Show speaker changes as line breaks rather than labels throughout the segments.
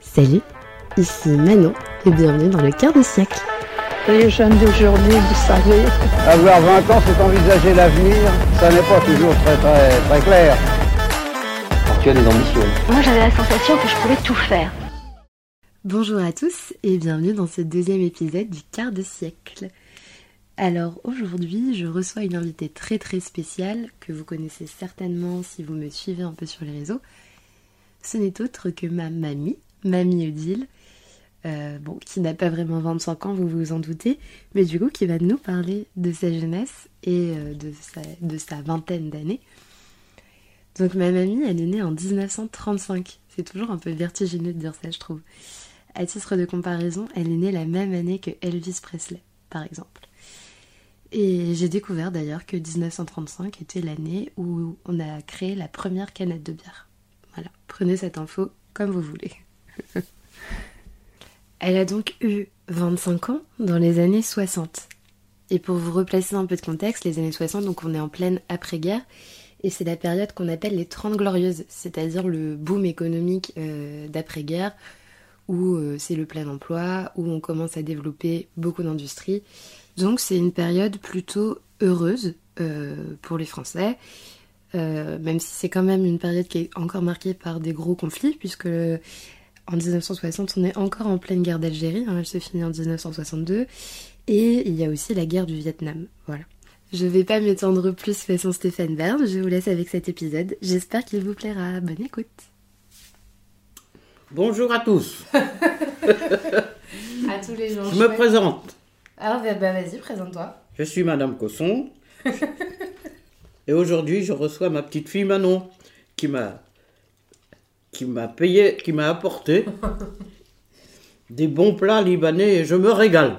Salut, ici Manon et bienvenue dans le quart de siècle.
Les jeunes d'aujourd'hui, vous savez.
Avoir 20 ans, c'est envisager l'avenir. Ça n'est pas toujours très très très clair.
tu as des ambitions.
Moi, j'avais la sensation que je pouvais tout faire.
Bonjour à tous et bienvenue dans ce deuxième épisode du quart de siècle. Alors aujourd'hui, je reçois une invitée très très spéciale que vous connaissez certainement si vous me suivez un peu sur les réseaux. Ce n'est autre que ma mamie, Mamie Odile, euh, bon, qui n'a pas vraiment 25 ans, vous vous en doutez, mais du coup qui va nous parler de sa jeunesse et euh, de, sa, de sa vingtaine d'années. Donc ma mamie, elle est née en 1935. C'est toujours un peu vertigineux de dire ça, je trouve. À titre de comparaison, elle est née la même année que Elvis Presley, par exemple. Et j'ai découvert d'ailleurs que 1935 était l'année où on a créé la première canette de bière. Voilà, prenez cette info comme vous voulez. elle a donc eu 25 ans dans les années 60. Et pour vous replacer un peu de contexte, les années 60, donc on est en pleine après-guerre, et c'est la période qu'on appelle les 30 glorieuses, c'est-à-dire le boom économique euh, d'après-guerre, où euh, c'est le plein emploi, où on commence à développer beaucoup d'industries. Donc c'est une période plutôt heureuse euh, pour les Français, euh, même si c'est quand même une période qui est encore marquée par des gros conflits, puisque en 1960 on est encore en pleine guerre d'Algérie, hein, elle se finit en 1962, et il y a aussi la guerre du Vietnam. Voilà. Je vais pas m'étendre plus façon Stéphane Bern, je vous laisse avec cet épisode, j'espère qu'il vous plaira, bonne écoute
Bonjour à tous,
À tous les gens,
je me présente.
Alors bah, bah, vas-y, présente-toi.
Je suis Madame Cosson. Et aujourd'hui, je reçois ma petite fille Manon qui m'a qui m'a payé, qui m'a apporté des bons plats libanais et je me régale.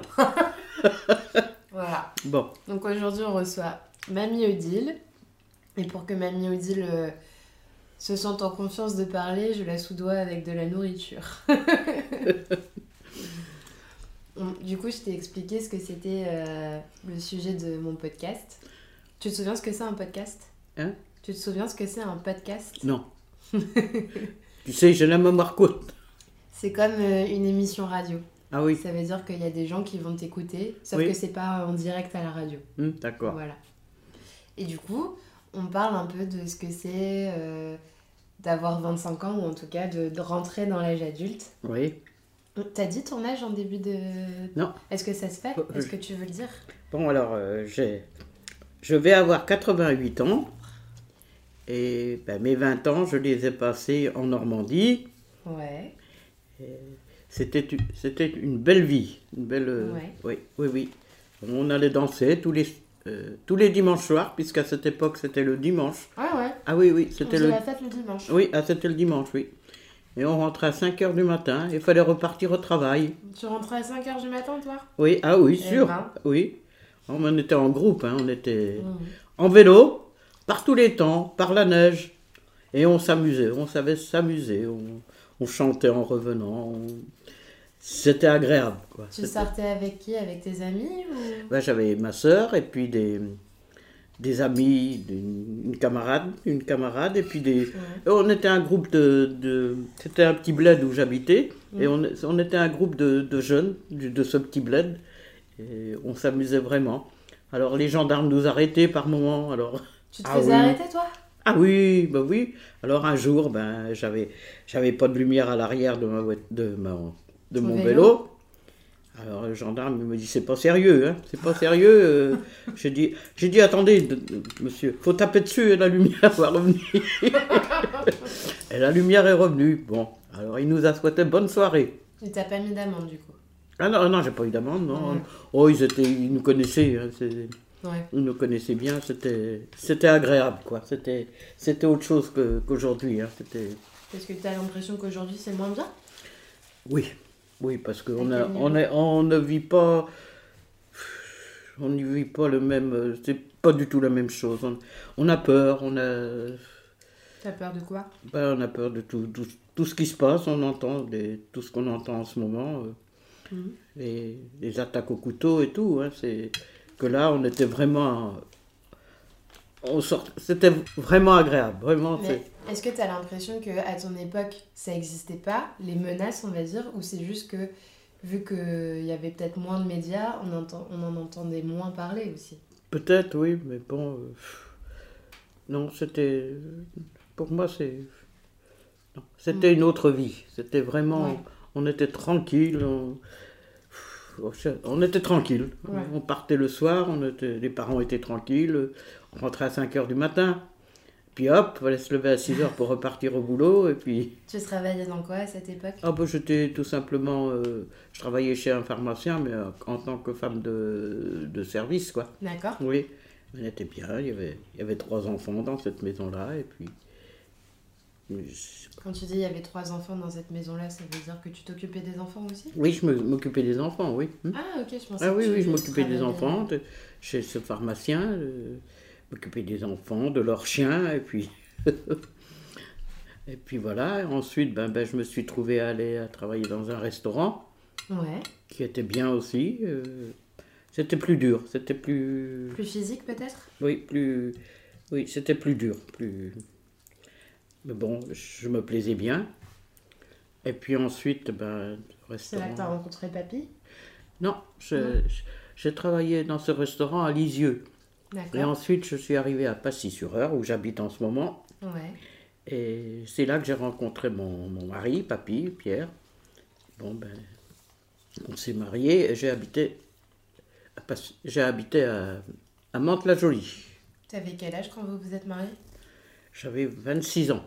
Voilà.
Bon,
Donc aujourd'hui, on reçoit Mamie Odile. Et pour que Mamie Odile euh, se sente en confiance de parler, je la soudoie avec de la nourriture. On- du coup, je t'ai expliqué ce que c'était euh, le sujet de mon podcast. Tu te souviens ce que c'est un podcast
Hein
Tu te souviens ce que c'est un podcast
non. tu sais, j'ai la mémoire courte.
C'est comme euh, une émission radio.
Ah oui,
Ça veut dire qu'il y a des gens qui vont t'écouter, sauf
Oui.
que c'est pas en direct à la radio.
Hum, d'accord.
Voilà. Et du coup, on parle un peu de ce que c'est euh, d'avoir 25 ans ou en tout cas de, de rentrer dans l'âge adulte.
Oui,
T'as dit ton âge en début de...
Non.
Est-ce que ça se fait
Euh,
Est-ce
je-
que tu veux le dire
bon alors, euh, j'ai je vais avoir 88 ans. Et ben, mes 20 ans, je les ai passés en Normandie.
Ouais.
C'était u- c'était une belle vie, une belle. euh,
Ouais.
Oui, oui, oui. On allait danser tous les euh, tous les dimanches soirs, puisqu'à cette époque c'était le dimanche.
Ouais, ouais.
Ah oui, oui,
On
c'était
faisait
le.
la fête le dimanche.
Oui, ah, c'était le dimanche, oui. Et on rentrait à 5 heures du matin. Il fallait repartir au travail.
Tu rentrais à 5h du matin, toi
Oui, ah oui,
Eh
sûr.
ben.
Oui. On en était en groupe, hein, on était
Mhm.
en vélo, par tous les temps, par la neige. Et on s'amusait, on savait s'amuser. On, on chantait en revenant. on- C'était agréable. Quoi.
Tu
C'était-
sortais avec qui Avec tes amis ou...
Ben, J'avais ma sœur et puis des, des amis, une, une camarade, une camarade et puis des... On était un groupe de... de- C'était un petit bled où j'habitais et on, on était un groupe de, de jeunes du- de ce petit bled et on s'amusait vraiment. Alors les gendarmes nous arrêtaient par moments. Alors...
Tu te
Ah
faisais
oui.
arrêter, toi
Ah oui, bah oui. Alors un jour, ben, j'avais, j'avais pas de lumière à l'arrière de, ma, voit- de, ma- de
Ton
mon
vélo.
vélo. Alors le gendarme il me dit c'est pas sérieux, hein, c'est pas sérieux. euh. j'ai dit, j'ai dit attendez, de- de- monsieur, faut taper dessus et la lumière va revenir. et la lumière est revenue. Bon, alors il nous a souhaité bonne soirée.
Tu t'as pas mis d'amende, du coup.
Ah non, non, j'ai pas eu d'amende. Non.
Ouais.
Oh, ils étaient, ils nous connaissaient. hein, c'est-
Ouais.
ils nous connaissaient bien, c'était c'était agréable, quoi. C'était c'était autre chose que- qu'aujourd'hui. hein. C'était
Parce que t'as l'impression qu'aujourd'hui, c'est moins bien
oui, oui, parce qu'on
À
a
quel niveau
on est on ne vit pas on ne vit pas le même, euh, c'est pas du tout la même chose. On, on a peur, on a
T'as peur de quoi
ben, on a peur de tout, tout tout ce qui se passe. On entend des, tout ce qu'on entend en ce moment, euh,
Mhm.
les, les attaques au couteau et tout. hein, c'est que là on était vraiment on sort... C'était vraiment agréable, vraiment.
Mais
c'est-
est-ce que tu as l'impression que à ton époque, ça n'existait pas, les menaces, on va dire, ou c'est juste que, vu qu'il y avait peut-être moins de médias, on, entend, on en entendait moins parler aussi
Peut-être, oui, mais bon. euh, pff, non, c'était. Pour moi, c'est. non, C'était une autre vie. C'était vraiment.
Ouais.
On était tranquille. On, pff, on cher- on était tranquille.
Ouais.
On partait le soir, on était- les parents étaient tranquilles. euh, On rentrait à 5 heures du matin. Puis hop, fallait se lever à 6 heures pour repartir au boulot. Et puis.
Tu travaillais dans quoi à cette époque
Ah bah, j'étais tout simplement. euh, je travaillais chez un pharmacien, mais euh, en tant que femme de, de service, quoi.
D'accord.
Oui, on était bien, il y avait, il y avait trois enfants dans cette maison-là, et puis... je-
Quand tu dis il y avait trois enfants dans cette maison-là, ça veut dire que tu t'occupais des enfants aussi
Oui, je me- m'occupais des enfants, oui. Hmm.
Ah ok, je pensais
Ah
que
oui,
tu
oui, je m'occupais des
travaillais-
enfants, de- chez ce pharmacien, euh, je m'occupais des enfants, de leurs chiens, et puis... et puis voilà, ensuite, ben, ben, je me suis trouvé à aller à travailler dans un restaurant,
Ouais.
qui était bien aussi. euh, C'était plus dur, c'était plus...
Plus physique peut-être
Oui, plus. Oui, c'était plus dur, plus. Mais bon, je me plaisais bien. Et puis ensuite, ben,
C'est là que tu as
restaurant.
rencontré papy
Non, je- je- j'ai travaillé dans ce restaurant à Lisieux. Et
D'accord.
ensuite, je suis arrivé à Passy-sur-Eure, où j'habite en ce moment.
Ouais.
Et c'est là que j'ai rencontré mon, mon mari, papy, Pierre. Bon, ben, on s'est mariés et j'ai habité à, Passy- j'ai habité à, à Mantes-la-Jolie.
T'avais quel âge quand vous vous êtes mariés
J'avais 26 ans.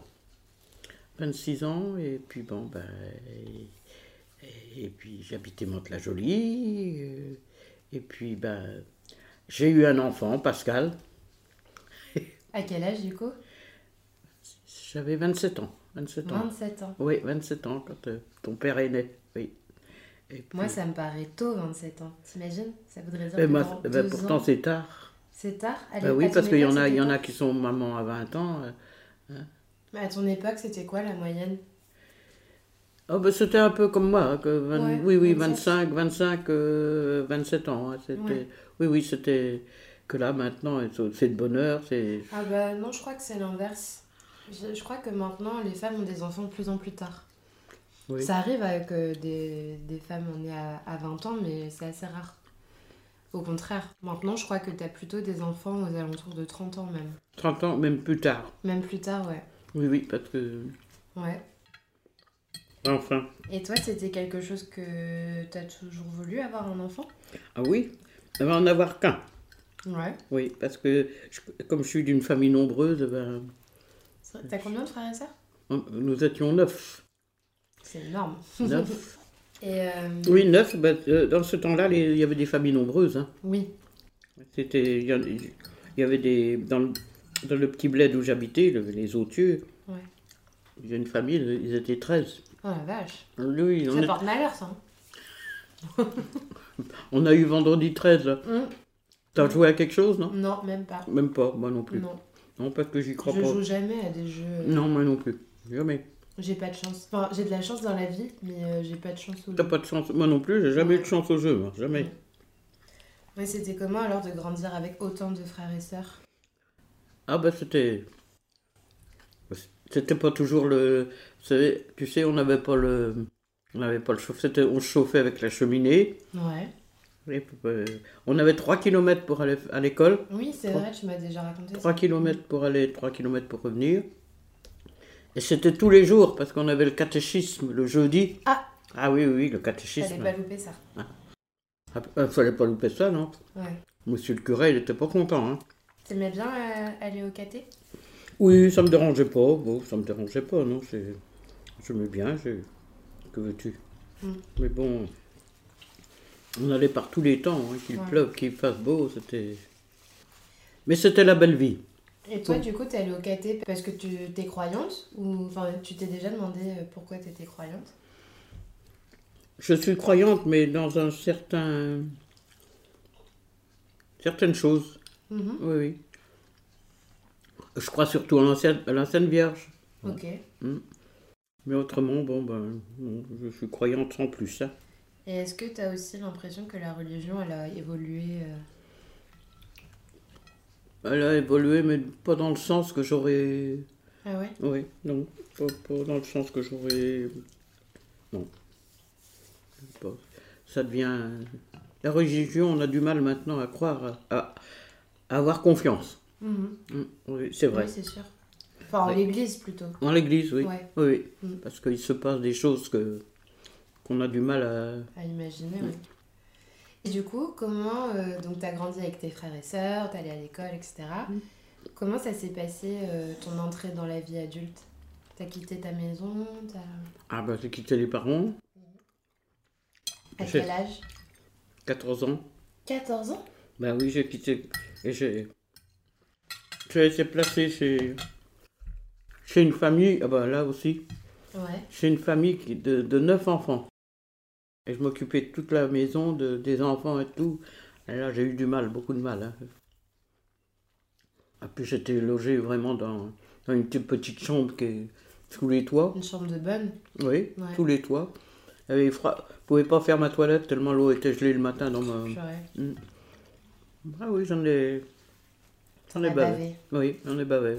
26 ans, et puis bon, ben. Et, et puis j'habitais Mantes-la-Jolie. euh, Et puis, ben. J'ai eu un enfant, Pascal.
À quel âge du coup
J'avais 27 ans. 27 ans.
27 ans.
Oui, 27 ans quand euh, ton père est né. Oui. Et
Moi,
puis-
ça me paraît tôt, 27 ans. T'imagines Ça voudrait dire
Mm. Eh
que
ben,
dans
eh ben,
deux
pourtant,
ans,
c'est tard.
c'est tard. À
Ben
l'é- à
oui,
ton
parce qu'il y, en
époque,
a- il y en a
c'était
qui sont maman à 20 ans. euh.
tard. Mais à ton époque, c'était quoi la moyenne
Oh, ben, c'était un peu comme moi, hein, que vingt-
Ouais,
oui, oui,
25.
25, 25, euh, 27 ans. hein, c'était-
Ouais.
Oui, oui, c'était que là, maintenant, c'est- c'est de bonheur, c'est...
Ah bah non, je crois que c'est l'inverse. Je, je crois que maintenant, les femmes ont des enfants de plus en plus tard.
Oui.
Ça arrive avec euh, des, des femmes, on est à, à 20 ans, mais c'est assez rare. Au contraire, maintenant, je crois que t'as plutôt des enfants aux alentours de 30 ans même.
30 ans, même plus tard.
Même plus tard, ouais.
Oui, oui, parce que...
Ouais.
Enfin.
Et toi, c'était quelque chose que t'as toujours voulu avoir un enfant
Ah oui, on va en avoir qu'un.
Ouais.
Oui, parce que je- comme je suis d'une famille nombreuse, ben,
C'est vrai. T'as combien de frères et sœurs
on- nous étions neuf.
C'est énorme.
Neuf.
Et euh,
oui, neuf. ben, euh, dans ce temps-là, les- il y avait des familles nombreuses. hein.
oui.
C'était, il y, en- il y avait des dans le, dans le petit bled où j'habitais, le- les Autieux.
Ouais.
Il y a une famille, ils étaient 13.
Oh la vache.
Oui,
Ça
on, est-
porte malheur ça. hein.
on a eu vendredi 13. là.
Hum.
T'as joué à quelque chose, non
Non, même pas.
Même pas, moi non plus. Non,
Non.
parce que j'y crois
Je
pas.
joue jamais à des jeux. euh,
Non, moi non plus. Jamais.
J'ai pas de chance. Enfin, j'ai de la chance dans la vie, mais euh, j'ai pas de chance au
T'as
jeu.
pas de chance. Moi non plus, j'ai jamais eu de chance au jeu, moi. Jamais.
Mais c'était comment alors de grandir avec autant de frères et sœurs
Ah bah c'était... C'était pas toujours le... vous savez, Tu sais, on n'avait pas le... On n'avait pas le chauffe. c'était- On se chauffait avec la cheminée.
Ouais.
Et puis, euh, on avait 3 km pour aller à l'école,
Oui, c'est
Trois-
vrai, tu m'as déjà raconté
3
ça.
km pour aller, 3 km pour revenir. Et c'était tous les jours, parce qu'on avait le catéchisme le jeudi.
Ah.
Ah oui, oui, le
Fallait
catéchisme.
pas louper ça.
Ah, euh, fallait pas louper ça, non
Ouais.
Monsieur le curé, il était pas content. Hein.
T'aimais bien euh, aller au caté
Oui, ça me dérangeait pas. Bon, ça me dérangeait pas, non. c'est- Je mets bien, je... que veux-tu
Mm.
Mais bon, on allait par tous les temps, hein, qu'il
Ouais.
pleuve, qu'il fasse beau, c'était. Mais c'était la belle vie.
Et toi, du coup, t'es allée au caté parce que tu t'es croyante ou enfin tu t'es déjà demandé euh, pourquoi t'étais croyante
Je suis croyante, mais dans un certain. certaines choses.
Mhm.
Oui, oui. Je crois surtout à l'ancienne à la Sainte Vierge.
Ok.
Mais autrement, bon, ben, non, je suis croyante sans plus. hein.
Et est-ce que tu as aussi l'impression que la religion, elle a évolué euh,
Elle a évolué, mais pas dans le sens que j'aurais.
Ah ouais
Oui, non. Pas, pas dans le sens que j'aurais. Non. Pas- Ça devient. La religion, on a du mal maintenant à croire, à, à avoir confiance.
Mhm.
Mm, Oui, c'est vrai.
Oui, c'est sûr. Enfin, en
Ouais.
l'église plutôt.
Dans l'église, oui.
Ouais.
Oui, oui.
Mm.
Parce qu'il se passe des choses que qu'on a du mal à.
À imaginer,
Mm.
oui. Et du coup, comment. euh, donc, t'as grandi avec tes frères et sœurs, t'es allé à l'école, etc.
Mm.
Comment ça s'est passé euh, ton entrée dans la vie adulte T'as quitté ta maison t'as-
Ah ben j'ai quitté les parents,
À
J'ai-
quel âge
14 ans.
14 ans
Ben oui, j'ai quitté et j'ai. J'ai été placé chez. Chez une famille, ah ben là aussi,
Ouais.
chez une famille qui- de, de 9 enfants. Et je m'occupais de toute la maison, de, des enfants et tout. Et là, j'ai eu du mal, beaucoup de mal. hein. Et puis j'étais logé vraiment dans, dans une petite- petite chambre qui est sous les toits.
Une chambre de bonne
Oui,
Ouais.
tous les toits. Il y avait froid. Je pouvais pas faire ma toilette tellement l'eau était gelée le matin dans ma.
J'aurais.
Ah oui, j'en ai. J'en ai
T'as
bavé.
bavé.
Oui, j'en ai bavé.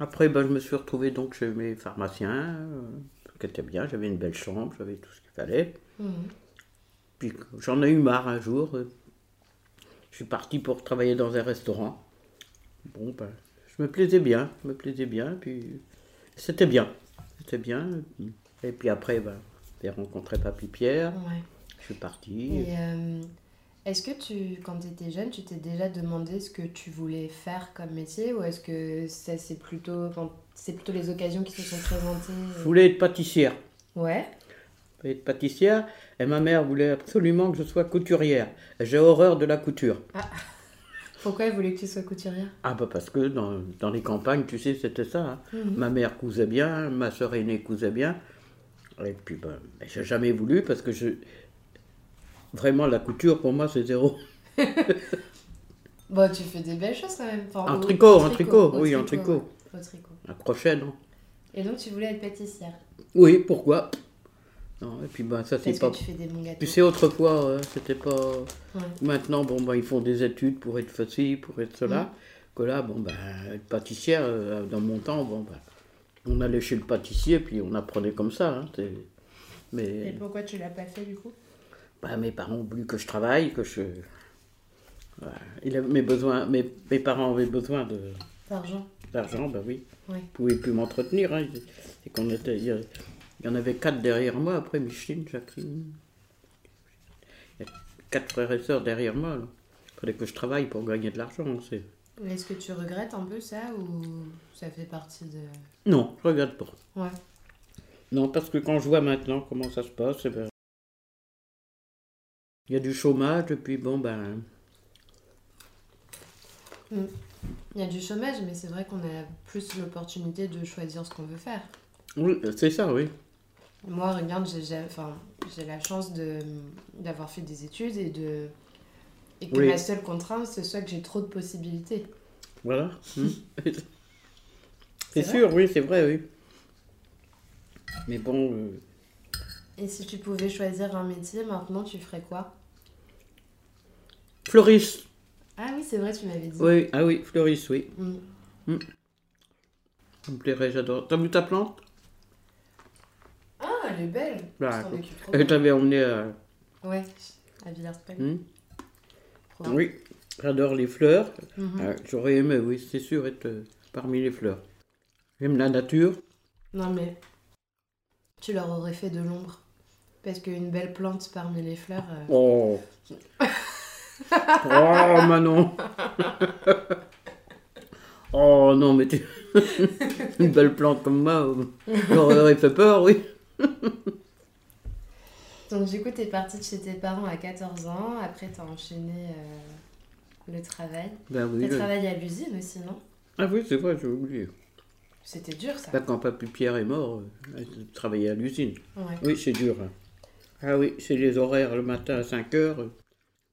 Après, ben, je me suis retrouvé donc chez mes pharmaciens, euh, qui était bien. J'avais une belle chambre, j'avais tout ce qu'il fallait.
Mhm.
Puis j'en ai eu marre un jour. euh, Je suis parti pour travailler dans un restaurant. Bon, ben, je me plaisais bien, je me plaisais bien, puis c'était bien, c'était bien. Et puis après, ben, j'ai rencontré Papy Pierre,
Ouais.
je suis parti.
Et euh, est-ce que tu, quand tu étais jeune, tu t'es déjà demandé ce que tu voulais faire comme métier ou est-ce que ça c'est plutôt, quand- c'est plutôt les occasions qui se sont présentées
Je
euh
voulais être pâtissière.
Ouais.
Je voulais être pâtissière, et ma mère voulait absolument que je sois couturière. J'ai horreur de la couture.
Pourquoi elle voulait que tu sois couturière
Ah bah parce que dans, dans les campagnes, tu sais, c'était ça. hein.
Mhm.
Ma mère cousait bien, ma soeur aînée cousait bien. Et puis, ben, ben, j'ai jamais voulu parce que je... Vraiment, la couture, pour moi, c'est zéro.
Bon, tu fais des belles choses quand même. Enfin,
En
au-
tricot,
au
en tricot,
au
oui, en tricot.
ouais, Au tricot.
Un crochet, non
Et donc tu voulais être pâtissière
Oui, pourquoi Non, et puis, ben, ça,
parce
c'est
que
pas...
tu fais des bons gâteaux.
Tu sais, autrefois, euh, c'était pas...
Ouais.
Maintenant, bon, ben, ils font des études pour être ceci, pour être cela.
Mm.
Que là, bon, ben, être pâtissière, euh, dans mon temps, bon, ben, on allait chez le pâtissier, puis on apprenait comme ça. hein, c'est-
Et
Mais
pourquoi tu l'as pas fait du coup
ben, mes parents ont voulu que je travaille, que je. Voilà. Il avait- mes, besoins, mes, mes parents avaient besoin de-
D'argent.
d'argent, ben oui.
Oui.
Ils pouvaient plus m'entretenir. hein. Et qu'on était, il y a- il y en avait quatre derrière moi, après Micheline, Jacqueline. Il y a quatre frères et sœurs derrière moi. là. Il fallait que je travaille pour gagner de l'argent. hein, c'est-
Mais Est-ce que tu regrettes un peu ça ou ça fait partie de.
Non, je regarde pas.
Ouais.
Non, parce que quand je vois maintenant comment ça se passe, eh ben, il y a du chômage, et puis bon, ben,
Il y a du chômage, mais c'est vrai qu'on a plus l'opportunité de choisir ce qu'on veut faire.
oui, c'est ça, oui.
Moi, regarde, j'ai j'ai- enfin, j'ai la chance de- d'avoir fait des études et, de, et que
Oui.
ma seule contrainte, ce soit que j'ai trop de possibilités.
Voilà. Hmm.
C'est
c'est sûr, oui, c'est vrai, oui. Mais bon, euh,
Et si tu pouvais choisir un métier, maintenant, tu ferais quoi
fleuriste,
Ah oui, c'est vrai, tu m'avais dit.
oui, ah oui, fleuriste, oui.
Mm.
Ça me plairait, j'adore. T'as vu ta plante
Ah, elle est belle
Bah,
Tu t'en occupes trop
Elle
bien.
t'avait emmené euh, à.
Ouais, à Villers-Pel.
Hmm.
Trop bien.
Oui, j'adore les fleurs.
Mhm.
Ah, J'aurais aimé, oui, c'est sûr, être euh, parmi les fleurs. J'aime la nature.
Non, mais tu leur aurais fait de l'ombre. Parce qu'une belle plante parmi les fleurs... euh,
Oh Oh Manon Oh non mais tu... Une belle plante comme moi, euh, j'aurais fait peur, oui.
Donc du coup, t'es partie de chez tes parents à 14 ans, après t'as enchaîné euh, le travail.
Ben oui.
T'as
je-
travaillé à l'usine aussi, non
Ah oui, c'est vrai, j'ai oublié.
C'était dur ça.
Là, quand Papy Pierre est mort, euh, elle travaillait à l'usine.
Ouais.
Oui, c'est dur. hein. Ah oui, c'est les horaires le matin à 5 heures, euh,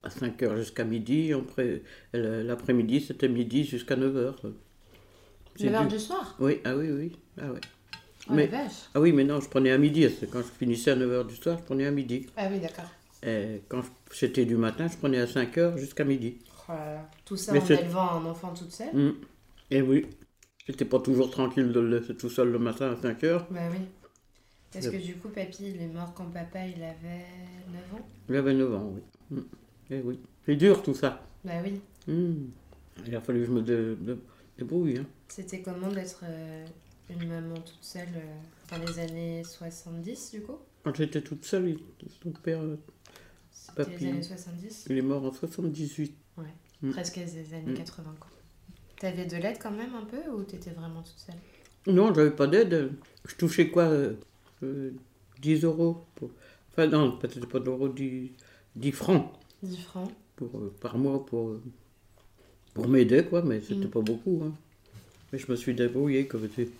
à 5 heures jusqu'à midi, après, euh, l'après-midi c'était midi jusqu'à 9 heures. euh. C'est
9 heures
dur.
du soir
Oui, ah oui, oui. Ah oui.
Oh
Mais-
la vache
Ah oui, mais non, je prenais à midi. parce que Quand je finissais à 9h du soir, je prenais à midi.
Ah oui, d'accord.
Et quand je- c'était du matin, je prenais à 5h jusqu'à midi.
Oh Oh là là. Tout ça
Mais
en
c'est-
élevant un enfant toute seule
Mm. Et oui, j'étais pas toujours tranquille de le laisser tout seul le matin à 5 heures.
Bah oui. Parce
Le-
que du coup, papy, il est mort quand papa, il avait 9 ans
J'avais 9 ans, oui. Mm. Et oui, c'est dur tout ça.
Bah oui.
Mm. Il a fallu que je me dé- dé- débrouille. hein.
C'était comment d'être euh, une maman toute seule euh, dans les années 70, du coup
Quand j'étais toute seule, il- son père, euh,
C'était
Papy.
les années 70
il est mort en 78. Mm.
Presque les années
Mm.
80, quoi. T'avais de l'aide quand même un peu ou t'étais vraiment toute seule
Non, j'avais pas d'aide. Je touchais quoi euh, euh, 10 euros. pour- Enfin, non, peut-être pas d'euros, 10, 10 francs
10 francs
pour, euh, par mois pour, euh, pour m'aider, quoi, mais c'était
Mm.
pas beaucoup. hein. Mais je me suis débrouillé, comme tu Il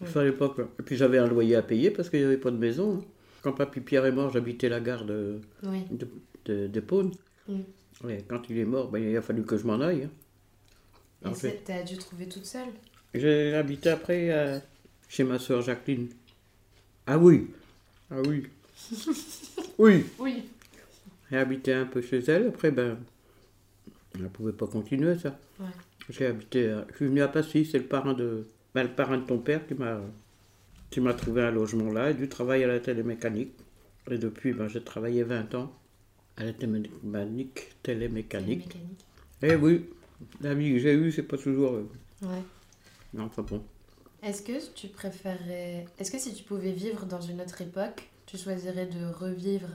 Ouais.
fallait pas peur. hein. Et puis j'avais un loyer à payer parce qu'il n'y avait pas de maison. hein. Quand papy Pierre est mort, j'habitais la gare de,
Oui.
de, de- d'Épône.
Mm.
Et quand il est mort, ben, il a fallu que je m'en aille. hein.
Et
Alors, j'ai-
c'est- t'as dû trouver toute seule
j'ai habité après euh, chez ma soeur Jacqueline. Ah oui Ah oui Oui
Oui.
J'ai habité un peu chez elle, après ben. Elle ne pouvait pas continuer ça.
Ouais.
J'ai habité. à- Je suis venu à Passy, c'est le parrain de. ben, le parrain de ton père qui m'a. qui m'a trouvé un logement là et du travail à la télémécanique. Et depuis, ben, j'ai travaillé 20 ans à la télémécanique. télémécanique.
Mécanique.
Eh oui, la vie que j'ai eue, c'est pas toujours. euh,
Ouais.
Non, enfin bon.
Est-ce que tu préférais. Est-ce que si tu pouvais vivre dans une autre époque, tu choisirais de revivre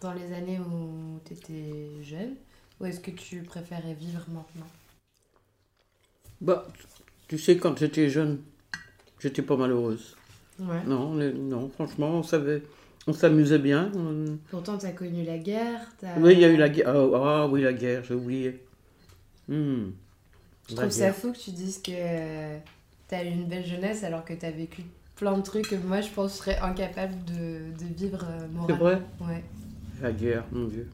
dans les années où tu étais jeune Ou est-ce que tu préférais vivre maintenant
Bah, tu sais, quand j'étais jeune, j'étais pas malheureuse.
Ouais.
Non, on est- non, franchement, on savait, on s'amusait bien. on-
Pourtant, t'as connu la guerre. t'as-
Oui, il y a eu la guerre. Ah ah oui, la guerre, j'ai oublié. Hmm.
Je
La
trouve ça
guerre.
fou que tu dises que t'as eu une belle jeunesse alors que t'as vécu plein de trucs que moi je pense que je serais incapable de, de vivre euh,
C'est
moralement.
vrai
Ouais.
La guerre, mon Dieu.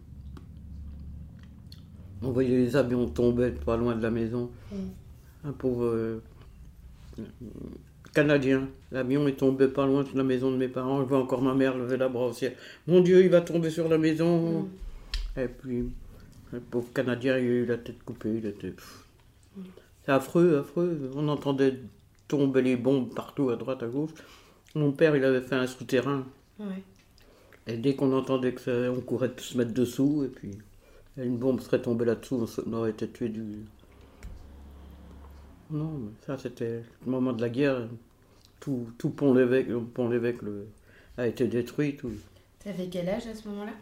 On voyait les avions tomber de pas loin de la maison.
Mm.
Un pauvre euh, euh, Canadien. L'avion est tombé pas loin de la maison de mes parents. Je vois encore ma mère lever la bras au ciel. Mon Dieu, il va tomber sur la maison.
Mm.
Et puis, le pauvre Canadien, il a eu la tête coupée. Il était. pff.
Mm.
C'est affreux, affreux. On entendait tomber les bombes partout, à droite, à gauche. Mon père, il avait fait un souterrain.
Ouais.
Et dès qu'on entendait que ça, on courait de se mettre dessous, et puis une bombe serait tombée là-dessous, on s- on aurait été tué du. Non, mais ça c'était le moment de la guerre. Tout, tout pont l'évêque, pont l'évêque le- a été détruit. Tout.
T'avais quel âge à ce moment-là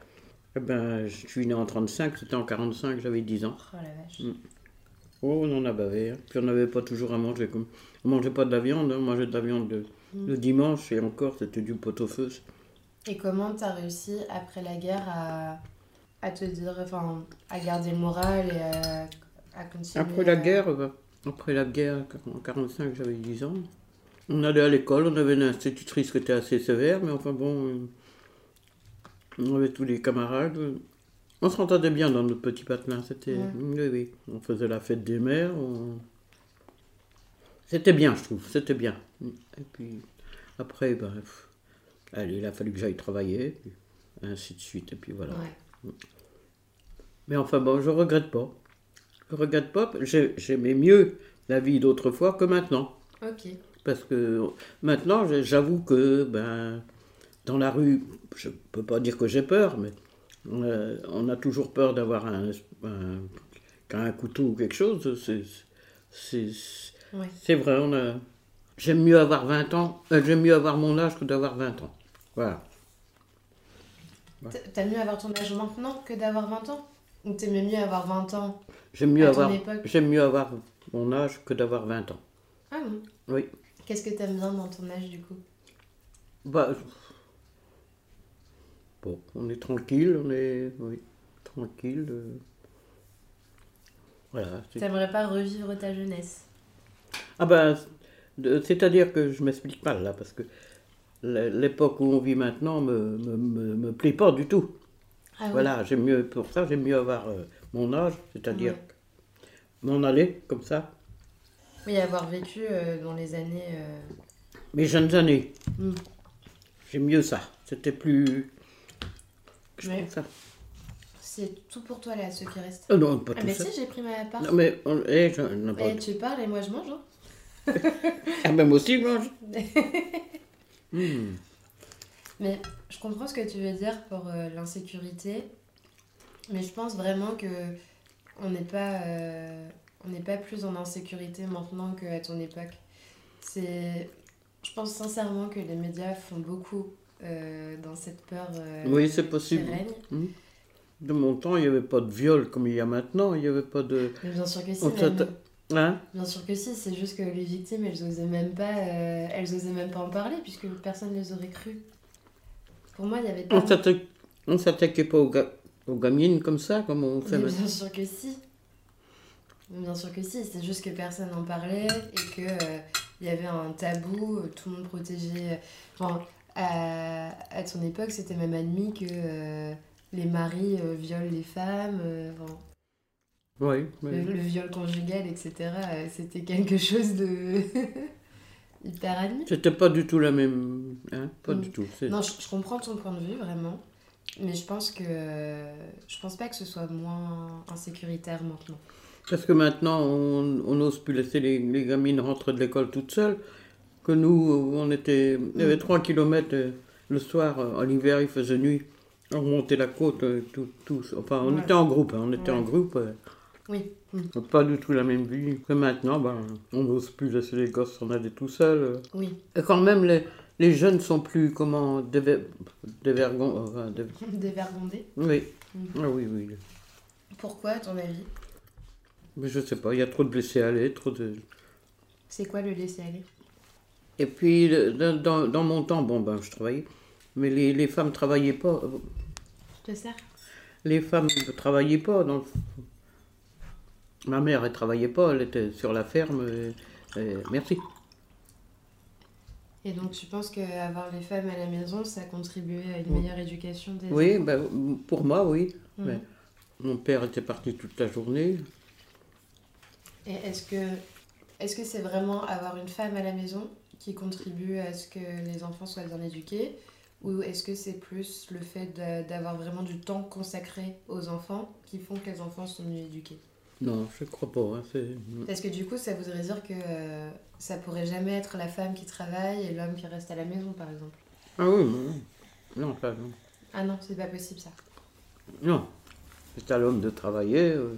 Eh ben, je suis né en 35, c'était en 45, j'avais 10 ans.
Oh la vache.
Mm. Oh, on en a bavé. hein. Puis on n'avait pas toujours à manger. Comme... On mangeait pas de la viande, hein, on mangeait de la viande le-
Mm.
le dimanche, et encore c'était du pot-au-feu.
Et comment t'as réussi après la guerre à, à te dire, enfin, à garder le moral et à, à continuer
Après la
à-
guerre, euh, après la guerre, en 45, j'avais 10 ans. On allait à l'école, on avait une institutrice qui était assez sévère, mais enfin bon, euh, on avait tous les camarades. euh, On s'entendait bien dans notre petit patelin, c'était...
Ouais.
Oui, oui, on faisait la fête des mères, on- C'était bien, je trouve, c'était bien. Et puis, après, ben, pff, allez, il a fallu que j'aille travailler, puis ainsi de suite, et puis voilà.
Ouais.
Mais enfin bon, je regrette pas. Je regrette pas. j'ai- J'aimais mieux la vie d'autrefois que maintenant.
Ok.
Parce que maintenant, je- j'avoue que ben, dans la rue, je peux pas dire que j'ai peur, mais euh, on a toujours peur d'avoir un, un, qu'un couteau ou quelque chose. C'est- C'est
Ouais.
c'est vrai, on a- j'aime mieux avoir 20 ans, euh, j'aime mieux avoir mon âge que d'avoir 20 ans. Voilà.
T- T'as mieux avoir ton âge maintenant que d'avoir 20 ans Ou t'aimais mieux avoir 20 ans
J'aime mieux,
À ton
avoir-
époque.
j'aime mieux avoir mon âge que d'avoir 20 ans.
Ah bon
Oui.
Qu'est-ce que t'aimes bien dans ton âge du coup
Bah. je- Bon, on est tranquille, on est. Oui, tranquille. euh. Voilà. c'est-
T'aimerais pas revivre ta jeunesse
Ah ben, de- c'est-à-dire que je m'explique mal là, parce que l'é- l'époque où on vit maintenant me, me, me, me plaît pas du tout.
Ah oui.
Voilà, j'aime mieux, pour ça, j'aime mieux avoir euh, mon âge, c'est-à-dire m'en aller comme ça,
Oui, avoir vécu euh, dans les années. euh,
mes jeunes années.
Mm.
J'aime mieux ça. C'était plus. Je
Ouais.
trouve ça.
c'est tout pour toi là, ceux qui restent.
Ah non, pas
Ah,
tout
mais
ça.
si, j'ai pris ma part.
Non, mais on- eh, je- non, pas-
Eh, tu parles et moi je mange. hein.
Ah, même aussi, je mange. Hmm.
Mais je comprends ce que tu veux dire pour euh, l'insécurité. Mais je pense vraiment que on n'est pas, euh, on n'est pas plus en insécurité maintenant qu'à ton époque. C'est, je pense sincèrement que les médias font beaucoup euh, dans cette peur. euh,
Oui, c'est
qui
possible.
règne.
De mon temps, il n'y avait pas de viol comme il y a maintenant. Il n'y avait pas de.
Mais bien sûr que si.
On
même-
t'atta- Hein
Bien sûr que si. C'est juste que les victimes, elles osaient même pas, euh, elles osaient même pas en parler puisque personne ne les aurait crues. Pour moi, il y avait pas.
On s'attaque- on s'attaquait pas aux, ga- aux gamines comme ça, comme on fait
Mais
maintenant.
bien sûr que si. Mais Bien sûr que si, c'est juste que personne n'en parlait et que euh, il y avait un tabou, euh, tout le monde protégeait. euh, Enfin, à, à ton époque, c'était même admis que euh, les maris euh, violent les femmes, euh, enfin,
Oui, oui.
le, le viol conjugal, etc. euh, c'était quelque chose de hyper admis.
C'était pas du tout la même. Hein pas
Mm.
du tout. c'est-
Non, je, je comprends ton point de vue vraiment, mais je pense que je pense pas que ce soit moins insécuritaire maintenant.
Parce que maintenant, on on n'ose plus laisser les, les gamines rentrer de l'école toutes seules. Que nous, on était. Il y avait
Mm.
3 km le soir, euh, en hiver, il faisait nuit. On montait la côte, euh, tout- tous. Enfin, on
Ouais.
était en groupe, hein, on était en
Ouais.
groupe. euh,
Oui. Mm.
Pas du tout la même vie que maintenant. Ben, on n'ose plus laisser les gosses s'en aller tout seuls.
Oui.
Et quand même, les, les jeunes sont plus, comment, déver- dévergon- enfin, dé-
Dévergondé.
Oui.
Mhm.
Ah oui, oui.
Pourquoi, à ton avis
Mais je sais pas, il y a trop de blessés-aller, trop de...
C'est quoi le laisser aller
Et puis, le- dans, dans- dans mon temps, bon, ben, je travaillais, mais les, les femmes travaillaient pas.
Je te sers
Les femmes ne travaillaient pas. Donc... Ma mère, elle travaillait pas, elle était sur la ferme. et- et merci.
Et donc, tu penses qu'avoir les femmes à la maison, ça contribuait à une
Oui.
meilleure éducation des
Oui, ben, pour moi, oui.
Mhm.
mais- Mon père était parti toute la journée.
Et est-ce que est-ce que c'est vraiment avoir une femme à la maison qui contribue à ce que les enfants soient bien éduqués ou est-ce que c'est plus le fait d'a- d'avoir vraiment du temps consacré aux enfants qui font que les enfants sont mieux éduqués
Non, je crois pas. hein, c'est-
Parce que du coup, ça voudrait dire que euh, ça pourrait jamais être la femme qui travaille et l'homme qui reste à la maison, par exemple.
Ah oui, non, non, ça, non.
Ah non, c'est pas possible ça.
Non. c'est à l'homme de travailler. euh,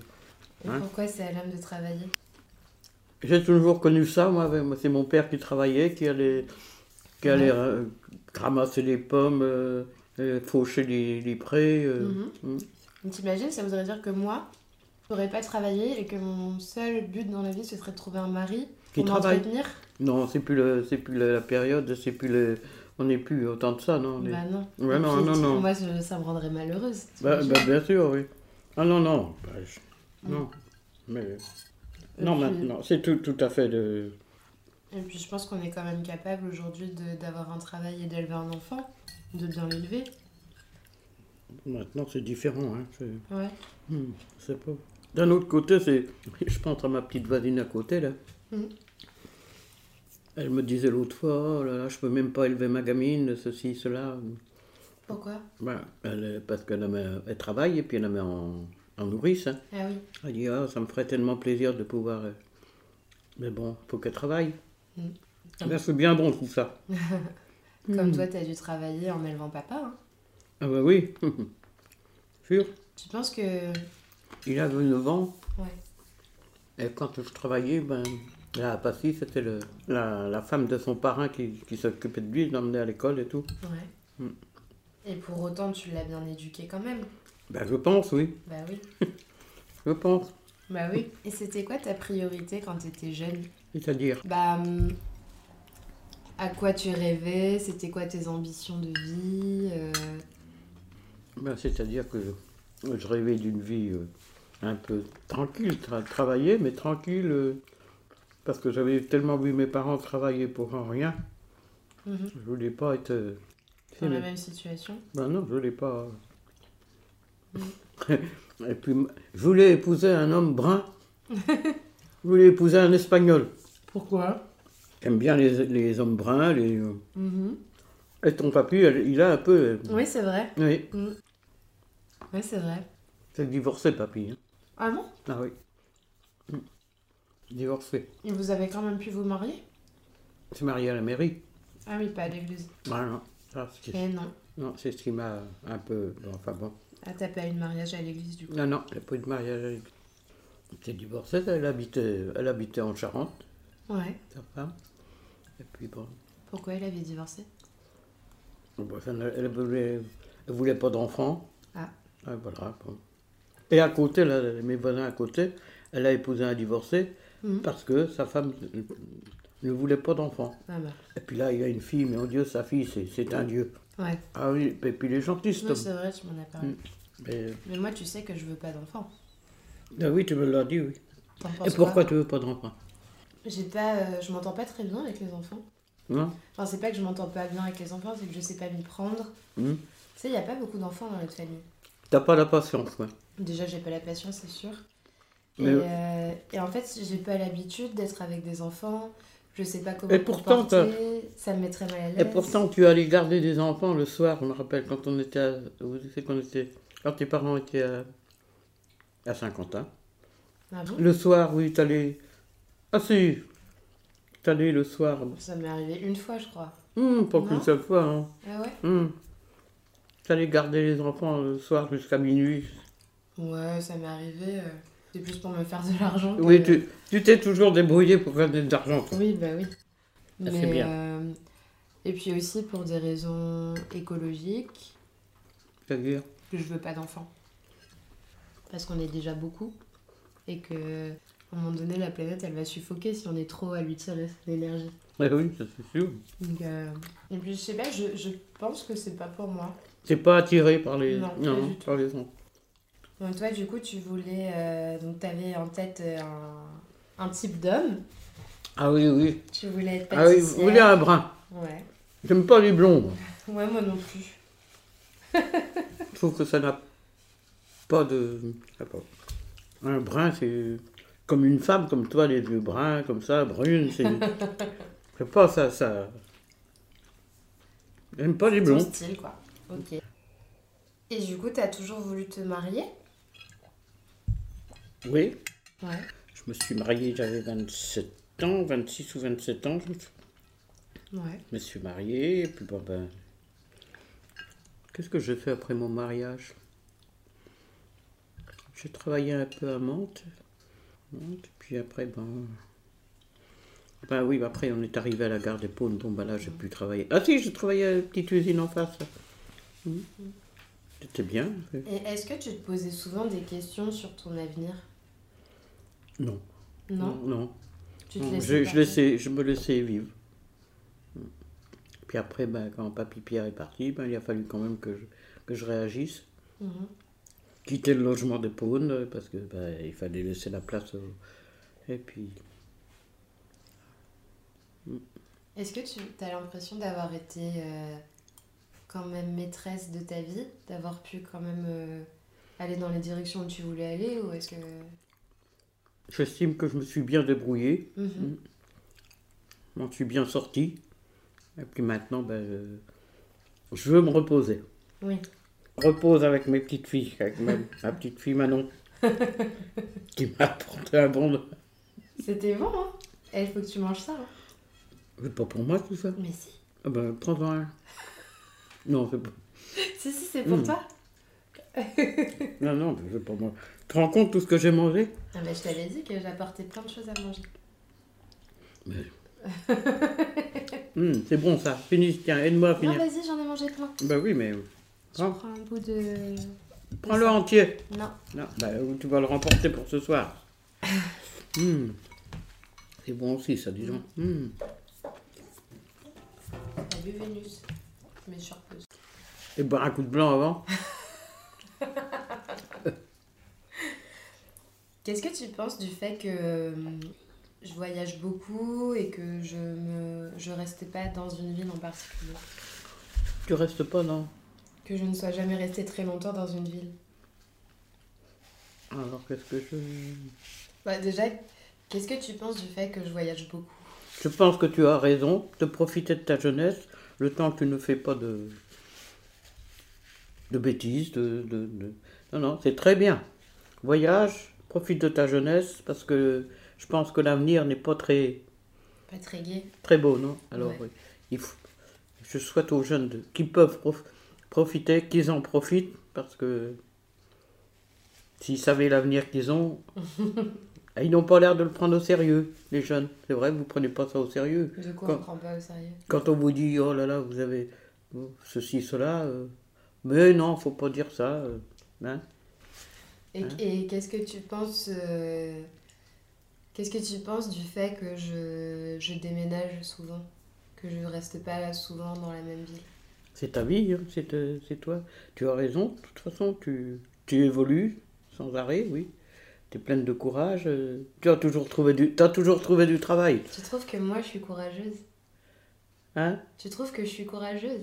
Et
Hein
pourquoi c'est à l'homme de travailler
J'ai toujours connu ça, moi. avec- moi, C'est mon père qui travaillait, qui allait, qui allait euh, ramasser les pommes, euh, euh, faucher les, les prés. euh.
Mhm.
mm.
Donc T'imagines, ça voudrait dire que moi, je pourrais pas travailler et que mon seul but dans la vie, ce serait de trouver un mari
Qui
pour
travaille.
m'entretenir
Non, c'est plus, le, c'est plus la, la période, c'est plus le- on n'est plus autant de ça, non. on est-
Bah non.
Ouais,
Et
non,
puis,
non,
tu-
non.
Moi, ça, ça me rendrait malheureuse.
Bah,
t'imagines
bah, bien sûr, oui. Ah non, non. bah, je-
Mm.
Non. Mais-
Et
non,
puis-
maintenant. C'est tout, tout à fait de.
Et puis, je pense qu'on est quand même capable aujourd'hui de- d'avoir un travail et d'élever un enfant, de bien l'élever.
Maintenant, c'est différent. Hein. c'est-
Ouais.
Hmm, je sais pas. D'un autre côté, c'est. Je pense à ma petite voisine à côté, là.
Mhm.
Elle me disait l'autre fois, oh là là, je peux même pas élever ma gamine, ceci, cela.
Pourquoi
Ben, elle, euh, parce qu'elle la met- elle travaille et puis elle la met en, en nourrice. hein.
Ah oui.
Elle dit, ah, ça me ferait tellement plaisir de pouvoir. euh, Mais bon, faut qu'elle travaille.
Mhm.
Là, c'est bien bon tout ça.
Comme
Hmm.
toi, t'as dû travailler en élevant papa. hein.
Ah bah oui, sûr.
Tu penses que.
Il avait 9 ans.
Ouais.
Et quand je travaillais, ben, là, à Passy, c'était le- la, la femme de son parrain qui, qui s'occupait de lui, l'emmenait à l'école et tout.
Ouais.
Mm.
Et pour autant, tu l'as bien éduqué quand même.
Ben, je pense, oui,
Bah oui.
je pense.
Bah oui. Et c'était quoi ta priorité quand t'étais jeune
C'est-à-dire,
Bah. hum, À quoi tu rêvais C'était quoi tes ambitions de vie euh,
ben, c'est-à-dire que je, je rêvais d'une vie euh, un peu tranquille, tra- travailler, mais tranquille, euh, parce que j'avais tellement vu mes parents travailler pour un rien.
Mhm.
Je voulais pas être. euh,
Dans la
c'est-
même situation
Ben non, je voulais pas. Et puis, je voulais épouser un homme brun. je voulais épouser un espagnol.
Pourquoi
J'aime bien les, les hommes bruns. Les...
Mhm.
Et ton papy, elle- il a un peu. euh,
Oui, c'est vrai.
Oui.
Oui, c'est vrai.
C'est divorcé, papy. hein.
Ah bon
Ah oui. Mm. Divorcé.
Et vous avez quand même pu vous marier
C'est marié à la mairie.
Ah oui, pas à l'église.
Voilà. non. Ça, c'est-
Eh non.
non, c'est ce qui m'a un peu. bon, Enfin bon.
Ah, t'as pas eu de mariage à l'église du coup.
Non, non, elle n'a pas eu de mariage. Elle était divorcée, elle habitait, elle habitait en Charente,
Ouais.
sa femme. Et puis bon,
Pourquoi elle avait divorcé
bon, bah, ça n'a- elle ne voulait, elle voulait pas d'enfant.
Ah.
Et voilà. bon. Et à côté, là, mes voisins à côté, elle a épousé un divorcé
Mhm.
parce que sa femme euh, ne voulait pas d'enfant.
Ah bah.
Et puis là, il y a une fille, mais oh Dieu, sa fille, c'est- c'est un dieu.
Ouais.
Ah oui, et puis il est gentil, cet
Non,
homme.
c'est vrai, tu m'en as parlé.
Mm. Mais-
Mais moi, tu sais que je veux pas d'enfant.
Ah oui, tu me l'as dit, oui.
T'en
Et
penses
pourquoi
quoi
tu veux pas d'enfant
J'ai pas. euh, je m'entends pas très bien avec les enfants.
Non
Enfin, c'est pas que je m'entends pas bien avec les enfants, c'est que je sais pas m'y prendre.
Mm.
Tu sais, il y a pas beaucoup d'enfants dans notre famille.
T'as pas la patience, ouais.
Déjà, j'ai pas la patience, c'est sûr. Et,
Mais-
euh, et en fait, j'ai pas l'habitude d'être avec des enfants. Je sais pas comment
Et
me
pourtant,
comporter, ça me mettrait mal à l'aise.
Et pourtant, tu allais garder des enfants le soir, je me rappelle, quand on était à- vous savez qu'on était, quand tes parents étaient à, à hein. Saint-Quentin.
Ah bon
Le soir, oui, t'allais. Ah si T'allais le soir.
Ça m'est arrivé une fois, je crois.
Hum, pas
Non.
qu'une seule fois, hein.
Ah ouais
Hum. T'allais garder les enfants le soir jusqu'à minuit.
Ouais, ça m'est arrivé. euh, C'est plus pour me faire de l'argent. que-
Oui, tu tu t'es toujours débrouillé pour gagner de l'argent.
Oui, bah oui.
Ça, c'est
Mais,
bien.
euh, et puis aussi pour des raisons écologiques,
C'est-à-dire.
que je veux pas d'enfants. Parce qu'on est déjà beaucoup et que à un moment donné la planète elle va suffoquer si on est trop à lui tirer son énergie.
Eh oui, ça c'est sûr.
Donc, euh, Et puis je sais pas, je, je pense que c'est pas pour moi.
T'es pas attiré par les.
Non, pas du tout.
par les enfants.
Donc toi du coup tu voulais, euh, donc t'avais en tête euh, un, un type d'homme,
Ah oui, oui.
tu voulais être
Ah oui, vous voulez
pâtissière.
un brin.
Ouais.
J'aime pas les blonds. moi.
ouais, moi non plus.
Je trouve que ça n'a pas de. ah, pardon. Un brun, c'est comme une femme, comme toi, les vieux bruns, comme ça, brune, c'est. Je sais pas, ça. ça... J'aime pas les
Ton
blonds.
style quoi. Ok. Et du coup t'as toujours voulu te marier
Oui,
Ouais.
je me suis mariée, j'avais 27 ans, 26 ou 27 ans, je me suis-
Ouais.
je me suis mariée, et puis bon ben. Qu'est-ce que j'ai fait après mon mariage J'ai travaillé un peu à Mantes. Mantes, puis après, ben. Ben oui, ben après, on est arrivé à la gare des Paunes, donc ben là, j'ai pu travailler. Ah si, j'ai travaillé à la petite usine en face. Hmm. C'était bien.
Et est-ce que tu te posais souvent des questions sur ton avenir
Non.
Non,
Non.
tu te
Non,
laissais
je, je
porter.
laissais- je me laissais vivre. Puis après, ben, quand Papy Pierre est parti, ben, il a fallu quand même que je, que je réagisse.
Mhm.
Quitter le logement de Pône, euh, parce que ben, il fallait laisser la place. au- Et puis,
Est-ce que tu as l'impression d'avoir été euh, quand même maîtresse de ta vie, d'avoir pu quand même euh, aller dans les directions où tu voulais aller ou est-ce que
j'estime que je me suis bien débrouillé,
Mhm.
je m'en suis bien sorti. Et puis maintenant, ben, je- je veux me reposer.
Oui.
repose avec mes petites filles, avec ma, ma petite fille Manon, qui m'a apporté un bon.
C'était bon, hein Il faut que tu manges ça. hein.
C'est pas pour moi tout ça.
Mais si.
Ah ben, prends-en un. Non, c'est pas...
Si, si, c'est pour
Mhm.
toi.
non, non, mais c'est pas moi. Tu te rends compte tout ce que j'ai mangé
Ah bah, je t'avais dit que j'apportais plein de choses à manger.
Hum, C'est bon, ça. Finis, tiens, aide-moi à
Non,
finir.
vas-y, j'en ai mangé plein.
Bah oui, mais
Je
Prends.
prends un bout de.
prends-le entier.
Non.
Non, bah, ou tu vas le remporter pour ce soir. Hum. C'est bon aussi, ça, disons. Hum.
Salut Vénus. Mais je repose.
Et boire Eh ben, un coup de blanc avant
Qu'est-ce que tu penses du fait que euh, je voyage beaucoup et que je me je restais pas dans une ville en particulier
Tu restes pas, non
Que je ne sois jamais restée très longtemps dans une ville
Alors, qu'est-ce que je.
bah, Déjà, qu'est-ce que tu penses du fait que je voyage beaucoup
Je pense que tu as raison de profiter de ta jeunesse le temps que tu ne fais pas de, de bêtises, de, de, de- Non, non, c'est très bien. Voyage, profite de ta jeunesse, parce que je pense que l'avenir n'est pas très,
Pas très gai.
très beau, non Alors,
Ouais.
euh, il faut, je souhaite aux jeunes de- qui peuvent prof- profiter, qu'ils en profitent, parce que s'ils savaient l'avenir qu'ils ont, ah, ils n'ont pas l'air de le prendre au sérieux, les jeunes. C'est vrai, vous ne prenez pas ça au sérieux.
De quoi on
Quand-
prend pas au sérieux.
Quand on vous dit, oh là là, vous avez ceci, cela, euh, mais non, faut pas dire ça. euh, hein.
Et, et qu'est-ce que tu penses euh, Qu'est-ce que tu penses du fait que je, je déménage souvent Que je reste pas souvent dans la même ville
C'est ta vie, hein, c'est, te- c'est toi. Tu as raison, de toute façon, tu, tu évolues sans arrêt, oui. Tu es pleine de courage. euh, tu as toujours trouvé du, t'as toujours trouvé du travail.
Tu trouves que moi je suis courageuse
Hein
Tu trouves que je suis courageuse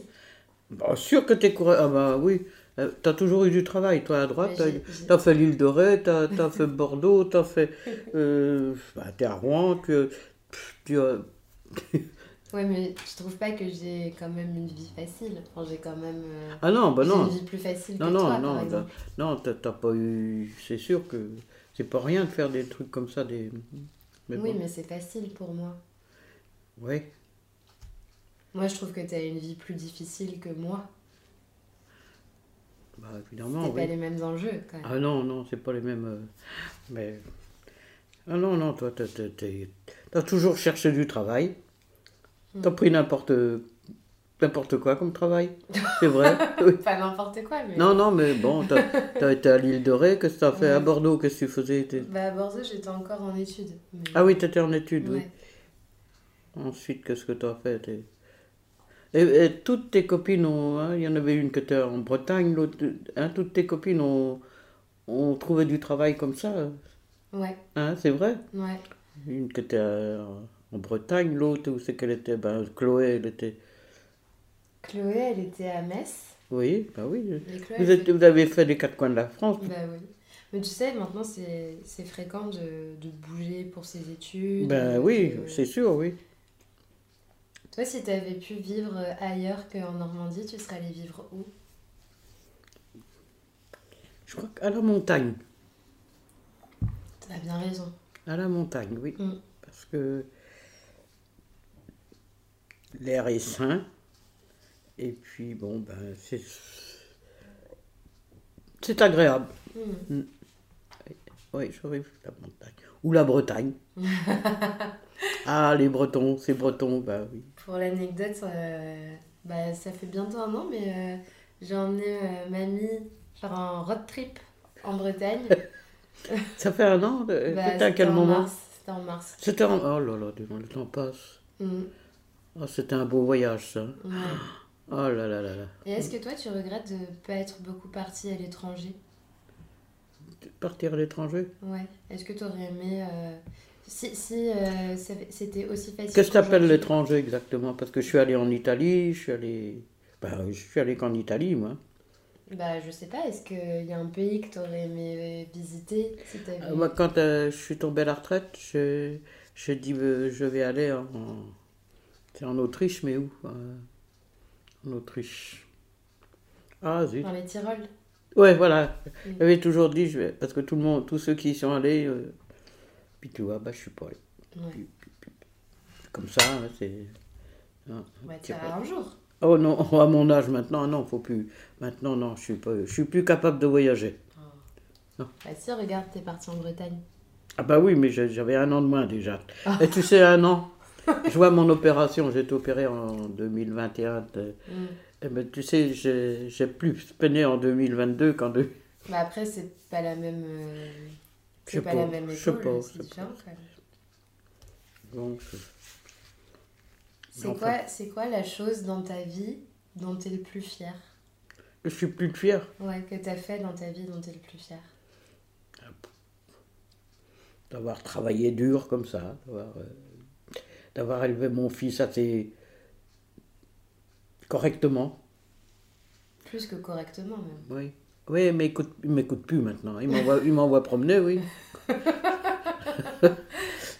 Bah, sûr que tu es courageux. Ah bah oui, tu as toujours eu du travail. Toi, à droite,
Mais
tu as,
j'ai- j'ai-
fait l'île de Ré, tu as fait Bordeaux, tu as fait... Euh, bah, t'es à Rouen, tu, pff, tu as...
Ouais, mais je trouve pas que j'ai quand même une vie facile. Enfin, j'ai quand même euh,
Ah non, bah
j'ai
non.
une vie plus facile
Non,
que
non,
toi,
non,
par
bah, t'as-
exemple.
non, t'as t'as pas eu. C'est sûr que c'est pas rien de faire des trucs comme ça. Des... mais
oui,
bon.
mais c'est facile pour moi.
Ouais.
Moi, je trouve que t'as une vie plus difficile que moi.
Bah,
T'as
évidemment.
pas
oui.
les mêmes enjeux, quand même.
Ah non, non, c'est pas les mêmes. euh, Mais. Ah non, non, toi, t'as- t'as t'es- t'as toujours cherché du travail.
Hmm.
T'as pris n'importe. N'importe quoi comme travail. C'est vrai. Oui.
Pas n'importe quoi, mais.
Non, non, mais bon, t'as t'as été à l'île de Ré, qu'est-ce que t'as fait à Bordeaux, qu'est-ce que tu faisais t'es-
Bah, à Bordeaux, j'étais encore en études. mais-
Ah oui, t'étais en études, oui.
Ouais.
Ensuite, qu'est-ce que tu as fait t'es- et, et toutes tes copines ont. hein, Il y en avait une qui était en Bretagne, l'autre. hein, toutes tes copines ont, ont trouvé du travail comme ça.
Ouais,
Hein, c'est vrai
ouais.
Une qui était euh, en Bretagne, l'autre, où c'est qu'elle était ben, Chloé, elle était.
Chloé, elle était à Metz.
Oui, bah oui.
Et Chloé,
Vous,
elle
êtes- vous avez fait les quatre coins de la France.
fait- Bah oui. Mais tu sais, maintenant, c'est c'est fréquent de, de bouger pour ses études.
Ben
de-
oui, c'est sûr, oui.
Toi, si t'avais pu vivre euh, ailleurs qu'en Normandie, tu serais allé vivre où
Je crois qu'à la montagne.
T'as bien raison.
À la montagne, oui.
Mm.
Parce que l'air est sain. Et puis, bon, ben, c'est. C'est agréable.
Mm.
Mm. Oui, j'aurais vu la montagne. Ou la Bretagne. ah, les Bretons, ces Bretons, ben oui.
Pour l'anecdote, euh, bah, ça fait bientôt un an, mais euh, j'ai emmené euh, mamie faire un road trip en Bretagne.
Ça fait un an de-
Bah,
C'était à quel
en
moment
mars, C'était en mars.
C'était en. Oh là là, dis donc, le temps passe.
Mm.
Ah, c'était un beau voyage, ça.
Ouais.
Oh là là là là.
Et est-ce que toi, tu regrettes de pas être beaucoup partie à l'étranger
Partir à l'étranger
Ouais. Est-ce que tu aurais aimé. euh, Si, si euh, ça- c'était aussi facile.
Qu'est-ce que t'appelles
qu'aujourd'hui-
l'étranger exactement Parce que je suis allé en Italie, je suis allé. Ben, je suis allé qu'en Italie, moi.
Bah, je sais pas, est-ce qu'il y a un pays que t'aurais aimé euh, visiter si t'avais-
Euh, Moi, quand euh, je suis tombé à la retraite, je, je dis euh, je vais aller en. en- C'est en Autriche, mais où euh, En Autriche. Ah zut.
Dans les Tyrol
Ouais, voilà.
Mm.
J'avais toujours dit, je vais... parce que tout le monde, tous ceux qui y sont allés. euh, Puis tu vois, bah, je suis pas allé.
Ouais.
Comme ça, hein, c'est. hein,
Bah,
Tyrol.
t'iras un jour.
Oh non, à mon âge maintenant, non, faut plus. Maintenant, non, je suis pas, je suis plus capable de voyager.
Bah, si, regarde, t'es parti en Bretagne.
Ah bah oui, mais j'ai- j'avais un an de moins déjà.
Ah.
Et tu sais, un an. Je vois mon opération, j'ai été opéré en 2021. de-
Mm.
Eh ben, tu sais, j'ai j'ai plus peiné en 2022 qu'en deux.
Bah, après, c'est pas la même. euh,
Je
C'est pas
sais
la
pas,
même
je sais
école,
pas, je
c'est
sais pas.
différent quand même.
Bon, je-
C'est
Enfin.
quoi, c'est quoi la chose dans ta vie dont t'es le plus fier
je suis plus fier.
Ouais, que t'as fait dans ta vie dont t'es le plus fier.
d'avoir travaillé dur comme ça, d'avoir, euh, d'avoir élevé mon fils assez correctement.
Plus que correctement, même.
Oui, oui mais écoute, il m'écoute plus maintenant. Il m'envoie, il m'envoie promener, oui.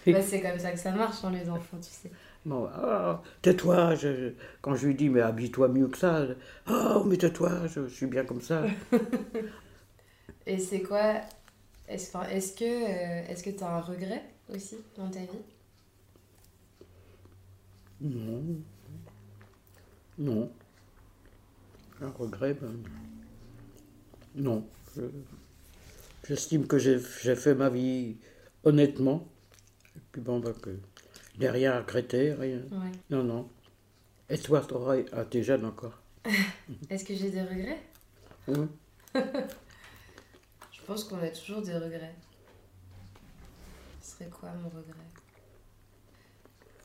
Et-
Bah, c'est comme ça que ça marche dans les enfants, tu sais.
Bon, ah, tais-toi. je- je- quand je lui dis, mais ah, habille-toi mieux que ça. je- Oh, mais tais-toi, je, je suis bien comme ça.
Et c'est quoi Est-ce enfin, est-ce que euh, est-ce que t'as un regret aussi dans ta vie
Non. Non. Un regret, ben. Non. Je- J'estime que j'ai j'ai fait ma vie honnêtement. Et puis bon, ben, que. Derrière, regretter, rien.
Ouais.
Non, non. Et toi, t'auras. Ah, t'es jeune encore.
Est-ce que j'ai des regrets
Oui.
Je pense qu'on a toujours des regrets. Ce serait quoi mon regret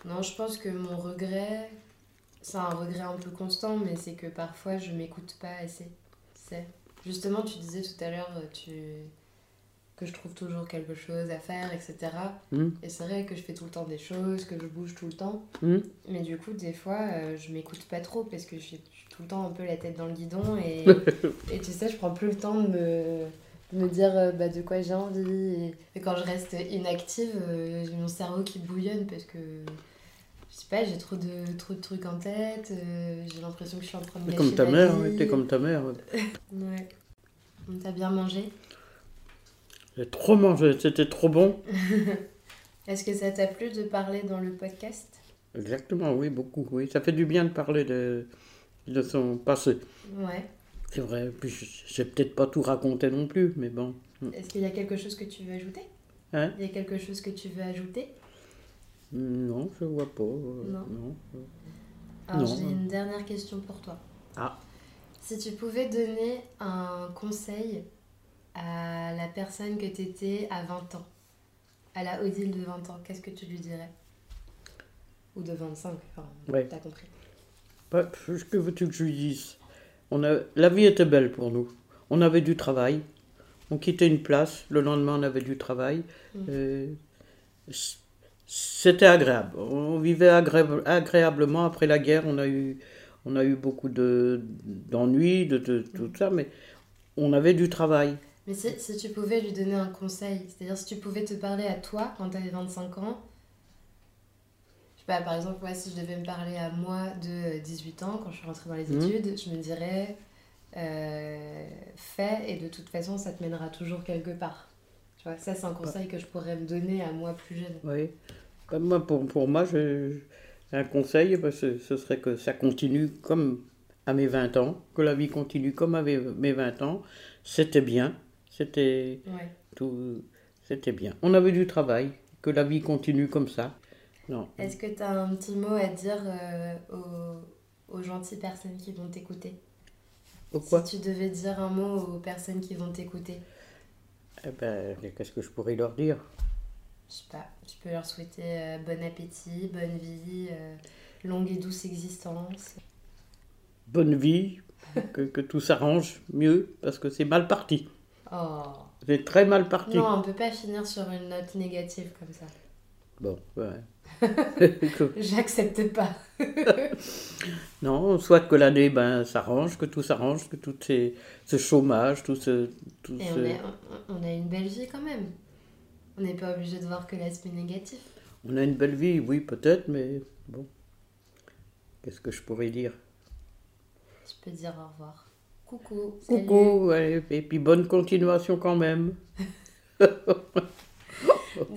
Non, je pense que mon regret, c'est un regret un peu constant, mais c'est que parfois je m'écoute pas assez. Tu sais. Justement, tu disais tout à l'heure euh, tu... que je trouve toujours quelque chose à faire, etc.
Hmm.
Et c'est vrai que je fais tout le temps des choses, que je bouge tout le temps.
Hmm.
Mais du coup, des fois, euh, je m'écoute pas trop parce que je suis je suis tout le temps un peu la tête dans le guidon et, et tu sais, je prends plus le temps de me, de me dire euh, bah, de quoi j'ai envie. Et, et quand je reste inactive, euh, j'ai mon cerveau qui bouillonne parce que je sais pas, j'ai trop de, trop de trucs en tête, euh, j'ai l'impression que je suis en train de
T'es comme
gâcher
ta
ma
mère,
vie.
ouais, t'es comme ta mère. ouais.
Ouais. On t'a bien mangé.
J'ai trop mangé, c'était trop bon.
Est-ce que ça t'a plu de parler dans le podcast
Exactement, oui, beaucoup, oui. Ça fait du bien de parler de, de son passé.
Ouais.
C'est vrai, puis je- j'ai peut-être pas tout raconté non plus, mais bon.
Est-ce qu'il y a quelque chose que tu veux ajouter
Hein
Il y a quelque chose que tu veux ajouter
Non, je vois pas. euh,
Non.
Non.
Alors, j'ai une dernière question pour toi.
Ah.
Si tu pouvais donner un conseil à la personne que tu étais à 20 ans, à la Odile de 20 ans, qu'est-ce que tu lui dirais Ou de 25, enfin,
Ouais.
t'as compris.
Pas- ce que veux-tu que je lui dise on a, La vie était belle pour nous. On avait du travail. On quittait une place. Le lendemain, on avait du travail.
Mm.
Euh, c- C'était agréable. On vivait agré- agréablement. Après la guerre, on a eu, on a eu beaucoup de- d'ennuis, de, de- tout ça, mais on avait du travail.
Mais si, si tu pouvais lui donner un conseil, c'est-à-dire si tu pouvais te parler à toi quand t'avais 25 ans, je sais pas, par exemple, moi, si je devais me parler à moi de 18 ans, quand je suis rentrée dans les
Mhm.
études, je me dirais euh, fais et de toute façon, ça te mènera toujours quelque part. Tu vois, ça, c'est un conseil que je pourrais me donner à moi plus jeune.
Oui. Comme moi, pour, pour moi, je- je- un conseil, ben, ce, ce serait que ça continue comme à mes 20 ans, que la vie continue comme à mes, mes 20 ans. C'était bien, c'était
Ouais.
tout, c'était bien. On avait du travail, que la vie continue comme ça. Non.
Est-ce que t'as un petit mot à dire euh, aux, aux gentilles personnes qui vont t'écouter
Pourquoi
Si tu devais dire un mot aux personnes qui vont t'écouter
Eh ben, qu'est-ce que je pourrais leur dire
je sais pas, tu peux leur souhaiter euh, bon appétit, bonne vie, euh, longue et douce existence.
Bonne vie, que, que tout s'arrange mieux, parce que c'est mal parti.
Oh.
C'est très mal parti.
Non, on peut pas finir sur une note négative comme ça.
Bon, ouais. Que-
J'accepte pas.
Non, soit que l'année ben, s'arrange, que tout s'arrange, que tout ces- ce chômage, tout ce. Tout
Et
ce-
on, est- on- on a une belle vie quand même. On n'est pas obligé de voir que l'aspect négatif.
on a une belle vie, oui, peut-être, mais bon. Qu'est-ce que je pourrais dire
Tu peux dire au revoir. Coucou. salut.
Coucou, ouais, et puis bonne continuation quand même.
Des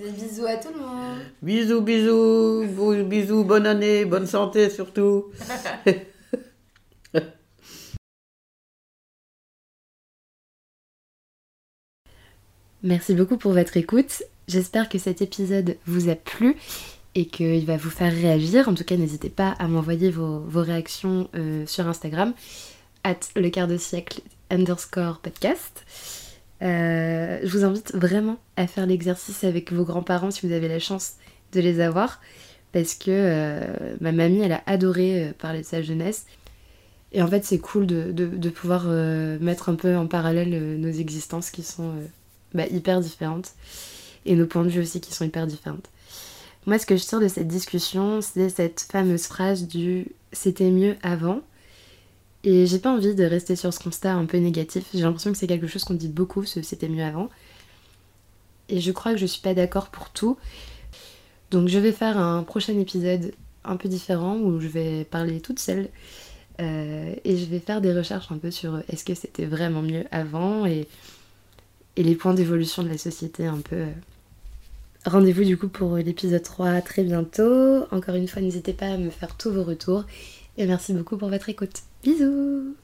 bisous à tout le monde.
Bisous, bisous, bou- bisous, bonne année, bonne santé surtout.
Merci beaucoup pour votre écoute. J'espère que cet épisode vous a plu et qu'il va vous faire réagir. En tout cas, n'hésitez pas à m'envoyer vos, vos réactions euh, sur Instagram, at le quart de siècle underscore podcast. Euh, je vous invite vraiment à faire l'exercice avec vos grands-parents si vous avez la chance de les avoir, parce que euh, ma mamie, elle a adoré euh, parler de sa jeunesse. Et en fait, c'est cool de, de- de pouvoir euh, mettre un peu en parallèle euh, nos existences qui sont... euh, bah, hyper différentes et nos points de vue aussi qui sont hyper différentes. Moi, ce que je tire de cette discussion, c'est cette fameuse phrase du c'était mieux avant. Et j'ai pas envie de rester sur ce constat un peu négatif. J'ai l'impression que c'est quelque chose qu'on dit beaucoup, ce c'était mieux avant. Et je crois que je suis pas d'accord pour tout. Donc, je vais faire un prochain épisode un peu différent où je vais parler toute seule. Euh, et je vais faire des recherches un peu sur euh, est-ce que c'était vraiment mieux avant et
et les points d'évolution de la société un peu. euh. Rendez-vous du coup pour l'épisode 3 très bientôt. Encore une fois, n'hésitez pas à me faire tous vos retours et merci beaucoup pour votre écoute. Bisous